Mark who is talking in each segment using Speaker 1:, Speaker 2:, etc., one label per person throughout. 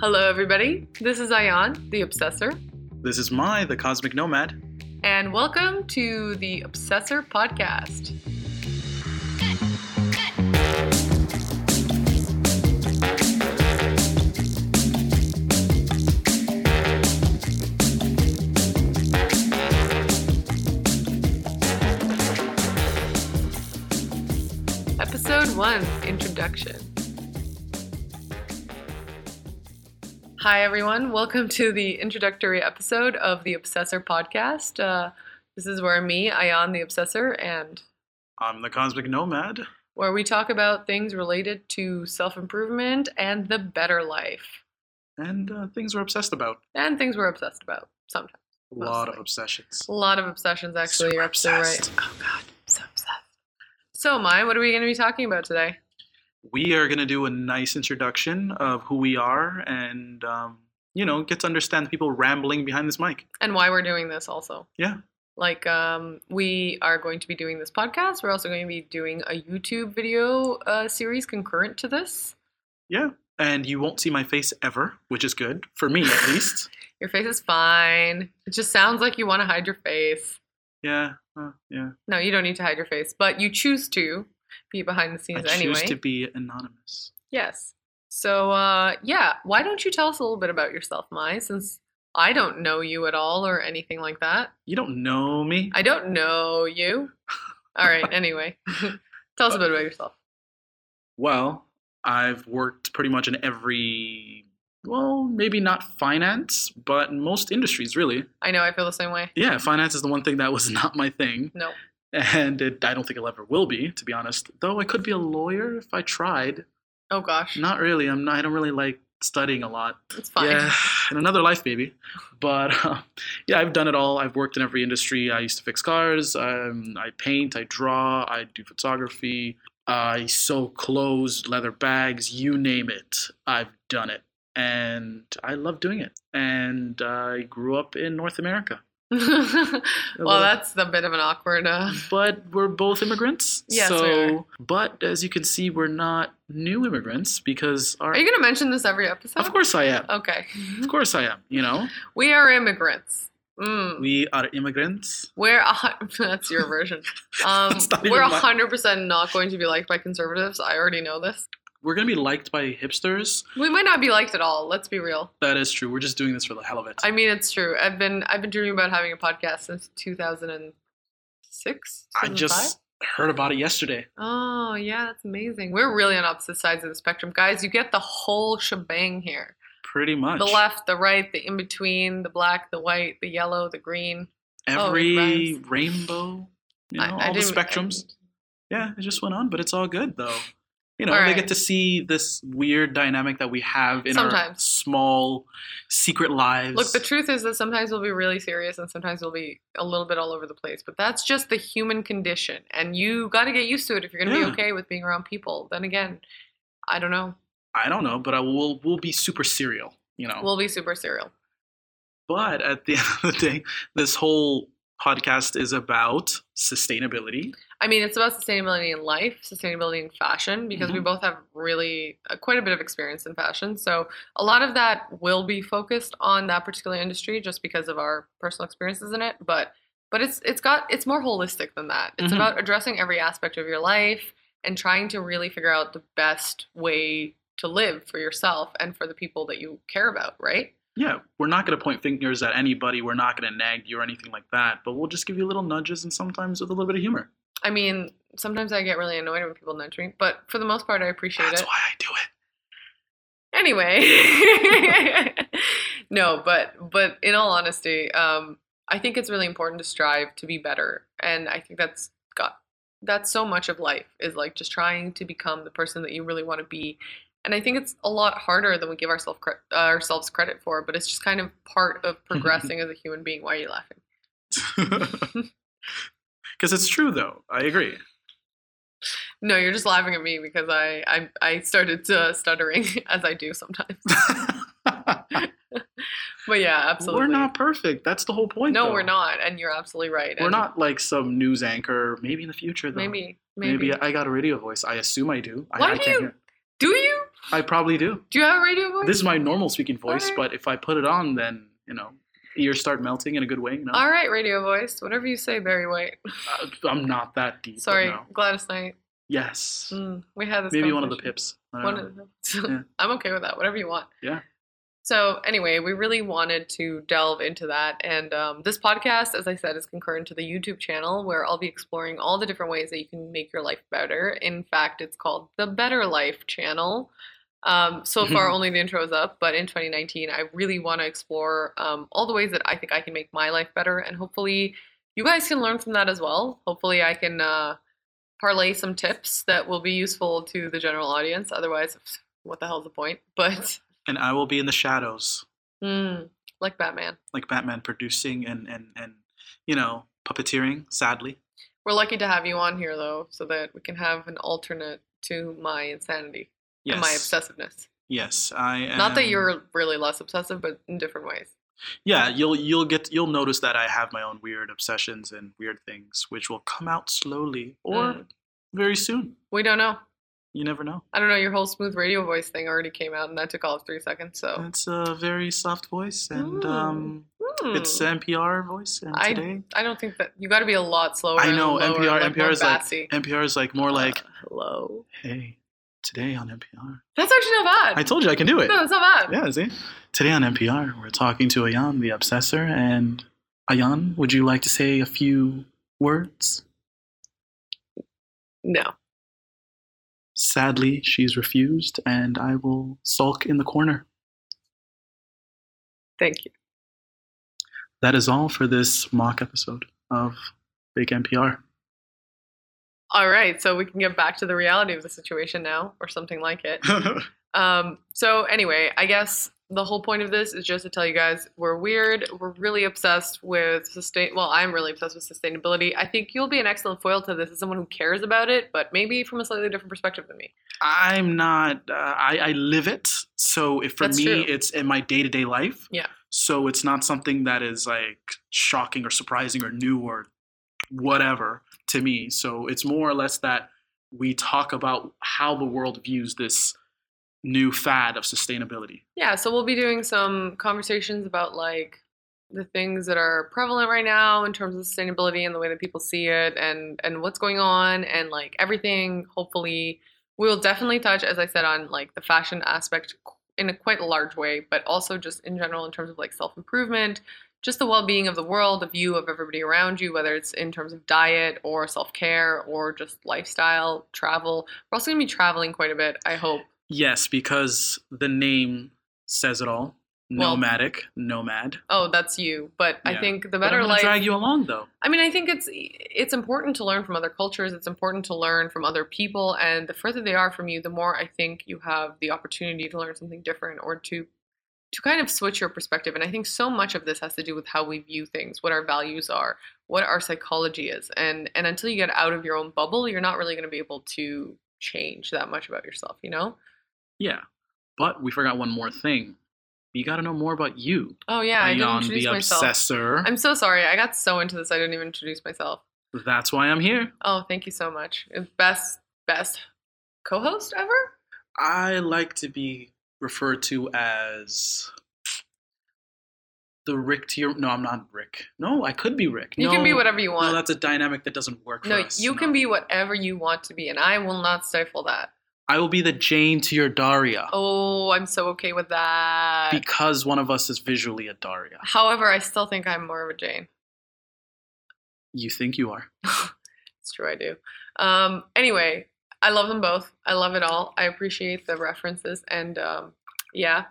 Speaker 1: Hello, everybody. This is Ayan, the Obsessor,
Speaker 2: This is Mai, the Cosmic Nomad.
Speaker 1: and welcome to the Obsessor Podcast. Episode 1 Introduction. Hi, everyone. Welcome to the introductory episode of the Obsessor podcast. Uh, this is where me, Ayan the Obsessor, and
Speaker 2: I'm the Cosmic Nomad.
Speaker 1: where we talk about things related to self improvement and the better life
Speaker 2: And uh, things we're obsessed about.
Speaker 1: and things we're obsessed about sometimes.
Speaker 2: A lot of
Speaker 1: Mostly.
Speaker 2: obsessions.
Speaker 1: A lot of obsessions, actually.
Speaker 2: Super
Speaker 1: You're absolutely
Speaker 2: obsessed.
Speaker 1: right. Oh, God. I'm so obsessed. So, Mai, what are we going to be talking about today?
Speaker 2: We are going to do a nice introduction of who we are and, um, you know, get to understand the people rambling behind this mic.
Speaker 1: and why we're doing this also.
Speaker 2: Yeah.
Speaker 1: Like um, we are going to be doing this podcast. We're also going to be doing a YouTube video uh, series concurrent to this.
Speaker 2: Yeah. And you won't see my face ever, which is good, for me at least.
Speaker 1: Your face is fine. It just sounds like you want to hide your face.
Speaker 2: Yeah. Uh, yeah.
Speaker 1: No, you don't need to hide your face, but you choose to be behind the
Speaker 2: I
Speaker 1: scenes
Speaker 2: choose
Speaker 1: anyway.
Speaker 2: to be anonymous.
Speaker 1: yes. So uh, yeah, why don't you tell us a little bit about yourself, Mai? Since I don't know you at all or anything like that.
Speaker 2: You don't know me.
Speaker 1: I don't know you. All right. Anyway, tell us a bit about yourself.
Speaker 2: Well, I've worked pretty much in every, well, maybe not finance, but most industries, really.
Speaker 1: I know I feel the same way.
Speaker 2: Yeah, finance is the one thing that was not my thing,
Speaker 1: No.
Speaker 2: and it, I don't think it ever will be, to be honest. Though I could be a lawyer if I tried.
Speaker 1: Oh gosh.
Speaker 2: Not really. I'm not. I don't really like studying a lot.
Speaker 1: It's fine.
Speaker 2: Yeah, in another life, maybe. But um, yeah, I've done it all. I've worked in every industry. I used to fix cars. Um, I paint. I draw. I do photography. I sew clothes, leather bags. You name it, I've done it, and I love doing it. And I grew up in North America,
Speaker 1: well, that's a bit of an awkward. Uh,
Speaker 2: but we're both immigrants.
Speaker 1: Yes, we
Speaker 2: so,
Speaker 1: are.
Speaker 2: but as you can see, we're not new immigrants because our.
Speaker 1: are you going to mention this every episode?
Speaker 2: of course, I am.
Speaker 1: Okay.
Speaker 2: Of course, I am. You know,
Speaker 1: We are immigrants. Mm.
Speaker 2: we are immigrants.
Speaker 1: We're a, hun- that's your version. Um,
Speaker 2: That's not even
Speaker 1: we're
Speaker 2: my-
Speaker 1: hundred percent not going to be liked by conservatives. I already know this.
Speaker 2: we're gonna be liked by hipsters.
Speaker 1: We might not be liked at all. Let's be real.
Speaker 2: That is true. We're just doing this for the hell of it.
Speaker 1: I mean, it's true. I've been I've been dreaming about having a podcast since two thousand and six.
Speaker 2: I just heard about it yesterday.
Speaker 1: Oh yeah, that's amazing. We're really on opposite sides of the spectrum, guys. You get the whole shebang here.
Speaker 2: Pretty much.
Speaker 1: The left, the right, the in between, the black, the white, the yellow, the green.
Speaker 2: Every
Speaker 1: rhymes.
Speaker 2: rainbow, you know,
Speaker 1: oh, I- I
Speaker 2: all the
Speaker 1: didn't- I
Speaker 2: spectrums.
Speaker 1: didn't-
Speaker 2: yeah, it just went on, but it's all good though. You know,
Speaker 1: All
Speaker 2: they
Speaker 1: right.
Speaker 2: get to see this weird dynamic that we have in our
Speaker 1: Sometimes.
Speaker 2: small secret lives.
Speaker 1: Look, the truth is that sometimes we'll be really serious and sometimes we'll be a little bit all over the place. But that's just the human condition, and you got to get used to it if you're going to
Speaker 2: Yeah.
Speaker 1: be okay with being around people. Then again, I don't know.
Speaker 2: I don't know, but I will we'll be super serial, you know.
Speaker 1: We'll be super serial.
Speaker 2: but at the end of the day, this whole podcast is about sustainability.
Speaker 1: I mean, it's about sustainability in life, sustainability in fashion, because we both have really uh, quite a bit of experience in fashion. So a lot of that will be focused on that particular industry, just because of our personal experiences in it. But but it's it's got it's more holistic than that. It's
Speaker 2: Mhm.
Speaker 1: about addressing every aspect of your life and trying to really figure out the best way to live for yourself and for the people that you care about, right?
Speaker 2: Yeah, we're not going to point fingers at anybody. We're not going to nag you or anything like that. But we'll just give you little nudges and sometimes with a little bit of humor.
Speaker 1: I mean, sometimes I get really annoyed when people nudge me, but for the most part, I appreciate
Speaker 2: That's
Speaker 1: it.
Speaker 2: why I do it.
Speaker 1: anyway no but but in all honesty um i think it's really important to strive to be better and i think that's got that's so much of life is like just trying to become the person that you really want to be and i think it's a lot harder than we give ourselves cre- uh, ourselves credit for but it's just kind of part of progressing as a human being why are you laughing
Speaker 2: Because it's true, though. I agree.
Speaker 1: no you're just laughing at me because i i, I started uh, stuttering as i do sometimes but yeah absolutely
Speaker 2: We're not perfect. That's the whole point.
Speaker 1: no
Speaker 2: though.
Speaker 1: we're not and you're absolutely right
Speaker 2: We're
Speaker 1: and-
Speaker 2: not like some news anchor. Maybe in the future, though.
Speaker 1: Maybe, maybe.
Speaker 2: Maybe, I got a radio voice. I assume I do. I,
Speaker 1: Why
Speaker 2: I
Speaker 1: do
Speaker 2: can't
Speaker 1: you-
Speaker 2: hear.
Speaker 1: Do you?
Speaker 2: I probably do.
Speaker 1: Do you have a radio voice?
Speaker 2: This is my normal speaking voice,
Speaker 1: Alright.
Speaker 2: but if I put it on, then you know, ears start melting in a good way. You know,
Speaker 1: All right, radio voice. Whatever you say, Barry White.
Speaker 2: Uh, I'm not that deep. but
Speaker 1: Sorry,
Speaker 2: no.
Speaker 1: Gladys Knight.
Speaker 2: Yes.
Speaker 1: Mm, we had this.
Speaker 2: Maybe one of the
Speaker 1: conversation.
Speaker 2: pips. I
Speaker 1: One
Speaker 2: don't know.
Speaker 1: of the-
Speaker 2: Yeah.
Speaker 1: I'm okay with that. Whatever you want.
Speaker 2: Yeah.
Speaker 1: So anyway, we really wanted to delve into that, and um, this podcast, as I said, is concurrent to the YouTube channel where I'll be exploring all the different ways that you can make your life better. In fact, it's called the Better Life Channel. Um, so far, only the intro is up, but in 2019, I really want to explore um, all the ways that I think I can make my life better, and hopefully, you guys can learn from that as well. Hopefully, I can uh, parlay some tips that will be useful to the general audience. Otherwise, what the hell's the point? But
Speaker 2: And I will be in the shadows,
Speaker 1: mm, like Batman,
Speaker 2: like Batman, producing and and and you know, puppeteering. Sadly,
Speaker 1: we're lucky to have you on here though, so that we can have an alternate to my insanity
Speaker 2: yes.
Speaker 1: and my obsessiveness.
Speaker 2: Yes, I. Am,
Speaker 1: Not that you're really less obsessive, but in different ways.
Speaker 2: Yeah, you'll you'll get you'll notice that I have my own weird obsessions and weird things, which will come out slowly or
Speaker 1: Mm.
Speaker 2: very soon.
Speaker 1: We don't know.
Speaker 2: You never know.
Speaker 1: I don't know. Your whole smooth radio voice thing already came out, and that took all of three seconds. So
Speaker 2: It's a very soft voice, and
Speaker 1: Mm.
Speaker 2: um, it's
Speaker 1: Hmm.
Speaker 2: NPR voice. And
Speaker 1: I-
Speaker 2: today,
Speaker 1: I don't think that you got to be a lot slower.
Speaker 2: I know,
Speaker 1: and lower,
Speaker 2: NPR
Speaker 1: like
Speaker 2: NPR
Speaker 1: more
Speaker 2: is like-
Speaker 1: bassy.
Speaker 2: NPR is like more like,
Speaker 1: Uh, hello.
Speaker 2: hey, today on NPR.
Speaker 1: That's actually not bad.
Speaker 2: I told you I can do it.
Speaker 1: no, that's not bad.
Speaker 2: Yeah, see? Today on NPR, we're talking to Ayan, the obsessor, and Ayan, would you like to say a few words?
Speaker 1: No.
Speaker 2: Sadly, she's refused, and I will sulk in the corner.
Speaker 1: Thank you.
Speaker 2: That is all for this mock episode of Big NPR.
Speaker 1: All right, so we can get back to the reality of the situation now, or something like it. Um, so anyway, I guess the whole point of this is just to tell you guys we're weird. We're really obsessed with sustain. Well, I'm really obsessed with sustainability. I think you'll be an excellent foil to this as someone who cares about it, but maybe from a slightly different perspective than me.
Speaker 2: I'm not. Uh, I I live it. So if for
Speaker 1: That's
Speaker 2: me,
Speaker 1: true.
Speaker 2: it's in my day to day life.
Speaker 1: Yeah.
Speaker 2: So it's not something that is like shocking or surprising or new or whatever to me. So it's more or less that we talk about how the world views this new fad of sustainability.
Speaker 1: Yeah, so we'll be doing some conversations about like the things that are prevalent right now in terms of sustainability and the way that people see it and and what's going on and like everything. Hopefully, we'll definitely touch as I said on like the fashion aspect in a quite large way, but also just in general in terms of like self-improvement, just the well-being of the world, the view of everybody around you, whether it's in terms of diet or self-care or just lifestyle, travel. We're also going to be traveling quite a bit, I hope.
Speaker 2: Yes, because the name says it all.
Speaker 1: Well-
Speaker 2: Nomadic, nomad.
Speaker 1: Oh, that's you. But I
Speaker 2: Yeah.
Speaker 1: think the
Speaker 2: But I'm
Speaker 1: better
Speaker 2: gonna
Speaker 1: life
Speaker 2: drag you along though.
Speaker 1: I mean, I think it's it's important to learn from other cultures. It's important to learn from other people, and the further they are from you, the more I think you have the opportunity to learn something different or to to kind of switch your perspective. And I think so much of this has to do with how we view things, what our values are, what our psychology is, and and until you get out of your own bubble, you're not really going to be able to change that much about yourself. You know?
Speaker 2: Yeah, but we forgot one more thing. You got to know more about you.
Speaker 1: Oh yeah, I didn't
Speaker 2: Ayan
Speaker 1: introduce
Speaker 2: the
Speaker 1: myself.
Speaker 2: obsessor.
Speaker 1: I'm so sorry. I got so into this, I didn't even introduce myself.
Speaker 2: That's why I'm here.
Speaker 1: Oh, thank you so much. Best best co-host ever?
Speaker 2: I like to be referred to as the Rick to your. No, I'm not Rick. No, I could be Rick.
Speaker 1: You can be
Speaker 2: No,
Speaker 1: whatever you
Speaker 2: No,
Speaker 1: want.
Speaker 2: that's a dynamic that doesn't work
Speaker 1: No,
Speaker 2: for us.
Speaker 1: you can be whatever you want to be and I will not stifle that.
Speaker 2: I will be the Jane to your Daria
Speaker 1: Oh, I'm so okay with that.
Speaker 2: because one of us is visually a Daria.
Speaker 1: However, I still think I'm more of a Jane.
Speaker 2: You think you are.
Speaker 1: It's true I do. Um anyway, I love them both. I love it all. I appreciate the references and um yeah.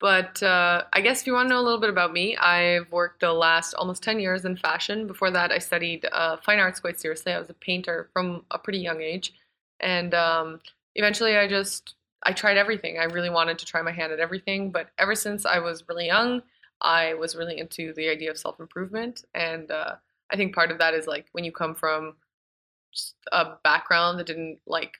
Speaker 1: But uh, I guess if you want to know a little bit about me, I've worked the last almost 10 years in fashion. Before that, I studied uh, fine arts quite seriously. I was a painter from a pretty young age. And um, eventually, I just, I tried everything. I really wanted to try my hand at everything. But ever since I was really young, I was really into the idea of self improvement. And uh, I think part of that is like when you come from just a background that didn't like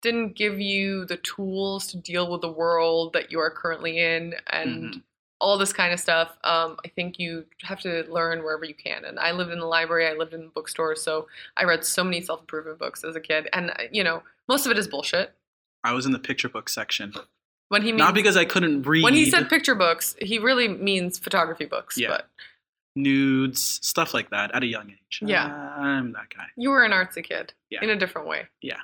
Speaker 1: didn't give you the tools to deal with the world that you are currently in and
Speaker 2: Mhm.
Speaker 1: all this kind of stuff um, i think you have to learn wherever you can and i lived in the library i lived in the bookstore so i read so many self-improvement books as a kid and uh, you know most of it is bullshit
Speaker 2: I was in the picture book section.
Speaker 1: When he
Speaker 2: Not
Speaker 1: means,
Speaker 2: because I couldn't read
Speaker 1: when he said picture books, he really means photography books.
Speaker 2: Yeah.
Speaker 1: But
Speaker 2: nudes, stuff like that at a young age.
Speaker 1: Yeah.
Speaker 2: I'm that guy.
Speaker 1: you were an artsy kid
Speaker 2: Yeah.
Speaker 1: in a different way.
Speaker 2: Yeah.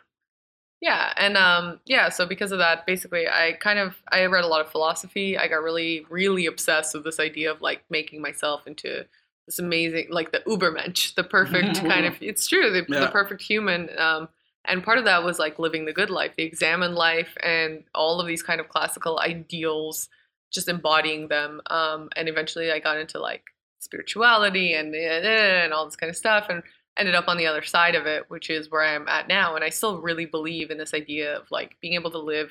Speaker 1: Yeah, and um, yeah, so because of that, basically, I kind of I read a lot of philosophy. I got really, really obsessed with this idea of like making myself into this amazing, like the Ubermensch, the perfect kind of. It's true, the,
Speaker 2: Yeah.
Speaker 1: the perfect human. Um, and part of that was like living the good life, the examined life, and all of these kind of classical ideals, just embodying them. Um, and eventually, I got into like spirituality and eh, eh, and all this kind of stuff, and ended up on the other side of it, which is where I am at now. And I still really believe in this idea of like being able to live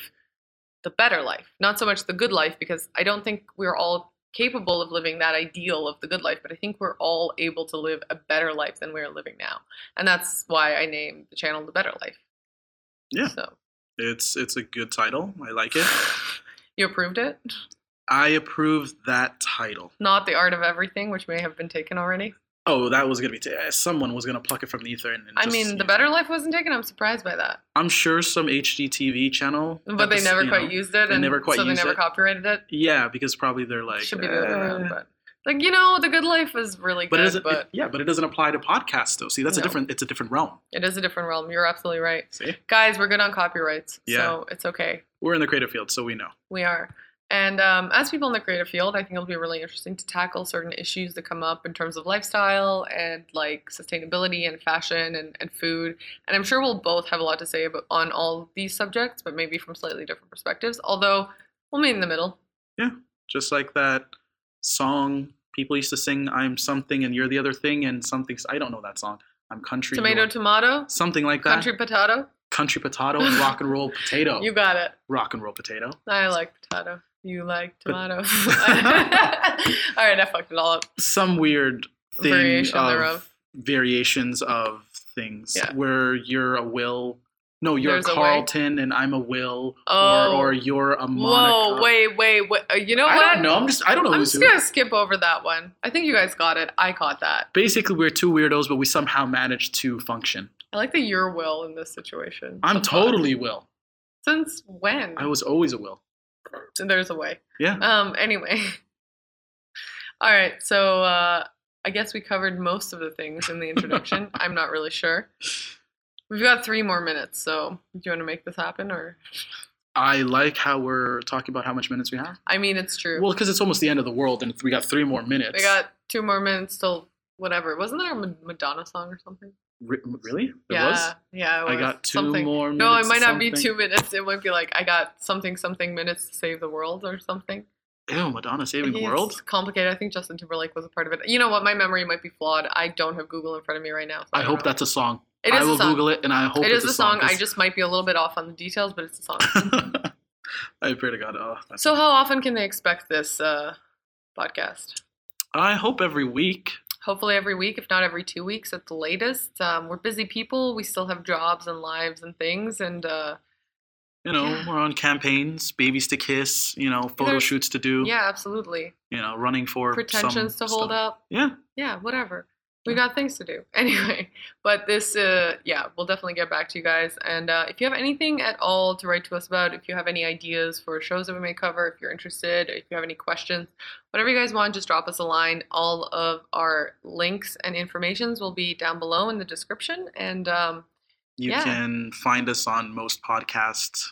Speaker 1: the better life, not so much the good life, because I don't think we're all capable of living that ideal of the good life, but I think we're all able to live a better life than we're living now. And that's why I named the channel The Better Life.
Speaker 2: Yeah.
Speaker 1: So
Speaker 2: It's it's a good title. I like it.
Speaker 1: you approved it?
Speaker 2: I approve that title.
Speaker 1: Not The Art of Everything, which may have been taken already.
Speaker 2: Oh, that was gonna be t- eh, someone was gonna pluck it from the ether. And, and
Speaker 1: I
Speaker 2: just-
Speaker 1: mean, The Better Life wasn't taken. I'm surprised by that.
Speaker 2: I'm sure some HGTV channel,
Speaker 1: But they
Speaker 2: epis-
Speaker 1: never
Speaker 2: you
Speaker 1: quite
Speaker 2: know.
Speaker 1: used it,
Speaker 2: they
Speaker 1: and
Speaker 2: never quite
Speaker 1: so they
Speaker 2: used
Speaker 1: never
Speaker 2: it.
Speaker 1: copyrighted it.
Speaker 2: Yeah, because probably they're like.
Speaker 1: should be the other
Speaker 2: eh,
Speaker 1: way around, but like you know, the good life is really
Speaker 2: but it
Speaker 1: good,
Speaker 2: doesn't.
Speaker 1: but
Speaker 2: it- yeah, but it doesn't apply to podcasts though. See, that's a
Speaker 1: No.
Speaker 2: different. It's a different realm.
Speaker 1: it is a different realm. You're absolutely right,
Speaker 2: See,
Speaker 1: guys. We're good on copyrights,
Speaker 2: Yeah.
Speaker 1: so it's okay.
Speaker 2: we're in the creative field, so we know.
Speaker 1: We are. And um, as people in the creative field, I think it'll be really interesting to tackle certain issues that come up in terms of lifestyle and like sustainability and fashion and, and food. And I'm sure we'll both have a lot to say about, on all these subjects, but maybe from slightly different perspectives. Although we'll meet in the middle.
Speaker 2: Just like that song people used to sing, "I'm something and you're the other thing," and something. I don't know that song. I'm country.
Speaker 1: tomato,
Speaker 2: you're-
Speaker 1: tomato,
Speaker 2: something like that.
Speaker 1: country potato.
Speaker 2: country potato and rock and roll potato.
Speaker 1: You got it.
Speaker 2: rock and roll potato.
Speaker 1: I like potato. You like
Speaker 2: But-
Speaker 1: tomato. All right, I fucked it all up.
Speaker 2: Some weird thing
Speaker 1: Variation
Speaker 2: of
Speaker 1: thereof.
Speaker 2: variations of things
Speaker 1: Yeah.
Speaker 2: where you're a will. No, you're
Speaker 1: There's a
Speaker 2: a
Speaker 1: way.
Speaker 2: Carlton and I'm a will,
Speaker 1: Oh.
Speaker 2: or or you're a Monica.
Speaker 1: Whoa, wait, wait, wait. Uh, You know what?
Speaker 2: I don't know. I'm just I don't know
Speaker 1: I'm
Speaker 2: who's
Speaker 1: just
Speaker 2: who.
Speaker 1: gonna skip over that one. I think you guys got it. I caught that.
Speaker 2: Basically, we're two weirdos, but we somehow manage to function.
Speaker 1: I like the your will in this situation.
Speaker 2: I'm
Speaker 1: That's odd.
Speaker 2: totally will.
Speaker 1: Since when?
Speaker 2: I was always a will.
Speaker 1: There's a way.
Speaker 2: Yeah.
Speaker 1: Um. Anyway. All right. So uh, I guess we covered most of the things in the introduction. I'm not really sure. We've got three more minutes. So do you want to make this happen, or?
Speaker 2: I like how we're talking about how much minutes we have.
Speaker 1: I mean, it's true.
Speaker 2: Well, because it's almost the end of the world, and we got three more minutes.
Speaker 1: We got two more minutes till whatever. Wasn't there a Ma- Madonna song or something?
Speaker 2: Re- really? There
Speaker 1: yeah,
Speaker 2: was.
Speaker 1: yeah. It was
Speaker 2: I got two
Speaker 1: something.
Speaker 2: more minutes.
Speaker 1: No, it might
Speaker 2: or
Speaker 1: not be
Speaker 2: something.
Speaker 1: two minutes. It might be like I got something something minutes to save the world or something.
Speaker 2: Ew, Madonna
Speaker 1: I
Speaker 2: saving the
Speaker 1: think
Speaker 2: world.
Speaker 1: It's complicated. I think Justin Timberlake was a part of it. You know what? My memory might be flawed. I don't have Google in front of me right now. so
Speaker 2: I
Speaker 1: don't
Speaker 2: hope
Speaker 1: know.
Speaker 2: that's a song.
Speaker 1: It is
Speaker 2: I will
Speaker 1: a song.
Speaker 2: Google it, and I hope
Speaker 1: it
Speaker 2: it's
Speaker 1: is a song. I just might be a little bit off on the details, but it's a song.
Speaker 2: just. I pray to God. Oh, that's-
Speaker 1: so, how often can they expect this uh, podcast?
Speaker 2: I hope every week.
Speaker 1: hopefully every week, if not every two weeks at the latest. Um, we're busy people. We still have jobs and lives and things. And uh,
Speaker 2: You know,
Speaker 1: Yeah.
Speaker 2: we're on campaigns, babies to kiss. You know, photo
Speaker 1: There's-
Speaker 2: shoots to do.
Speaker 1: yeah, absolutely.
Speaker 2: You know, running for
Speaker 1: Pretensions to
Speaker 2: some
Speaker 1: hold
Speaker 2: stuff.
Speaker 1: up.
Speaker 2: Yeah,
Speaker 1: Yeah, whatever. We got things to do. Anyway, but this, uh, yeah, we'll definitely get back to you guys. And uh, if you have anything at all to write to us about, if you have any ideas for shows that we may cover, if you're interested, if you have any questions, whatever you guys want, just drop us a line. All of our links and informations will be down below in the description. And um,
Speaker 2: you
Speaker 1: Yeah.
Speaker 2: can find us on most podcast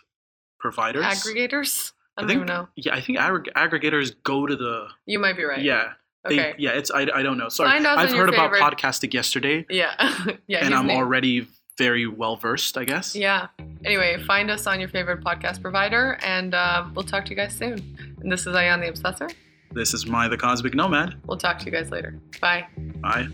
Speaker 2: providers.
Speaker 1: aggregators. I don't
Speaker 2: think,
Speaker 1: even know.
Speaker 2: Yeah, I think aggreg- aggregators go to the.
Speaker 1: You might be right.
Speaker 2: Yeah, they,
Speaker 1: Okay.
Speaker 2: yeah. It's I, I don't know. Sorry,
Speaker 1: Find us
Speaker 2: I've
Speaker 1: on your
Speaker 2: heard about
Speaker 1: favorite-
Speaker 2: podcasting yesterday,
Speaker 1: yeah. yeah.
Speaker 2: and
Speaker 1: he's
Speaker 2: I'm
Speaker 1: new.
Speaker 2: already very well versed. I guess.
Speaker 1: Yeah. Anyway, find us on your favorite podcast provider, and uh, we'll talk to you guys soon. And this is Ayan the Obsessor.
Speaker 2: This is my the Cosmic Nomad.
Speaker 1: We'll talk to you guys later. Bye.
Speaker 2: Bye.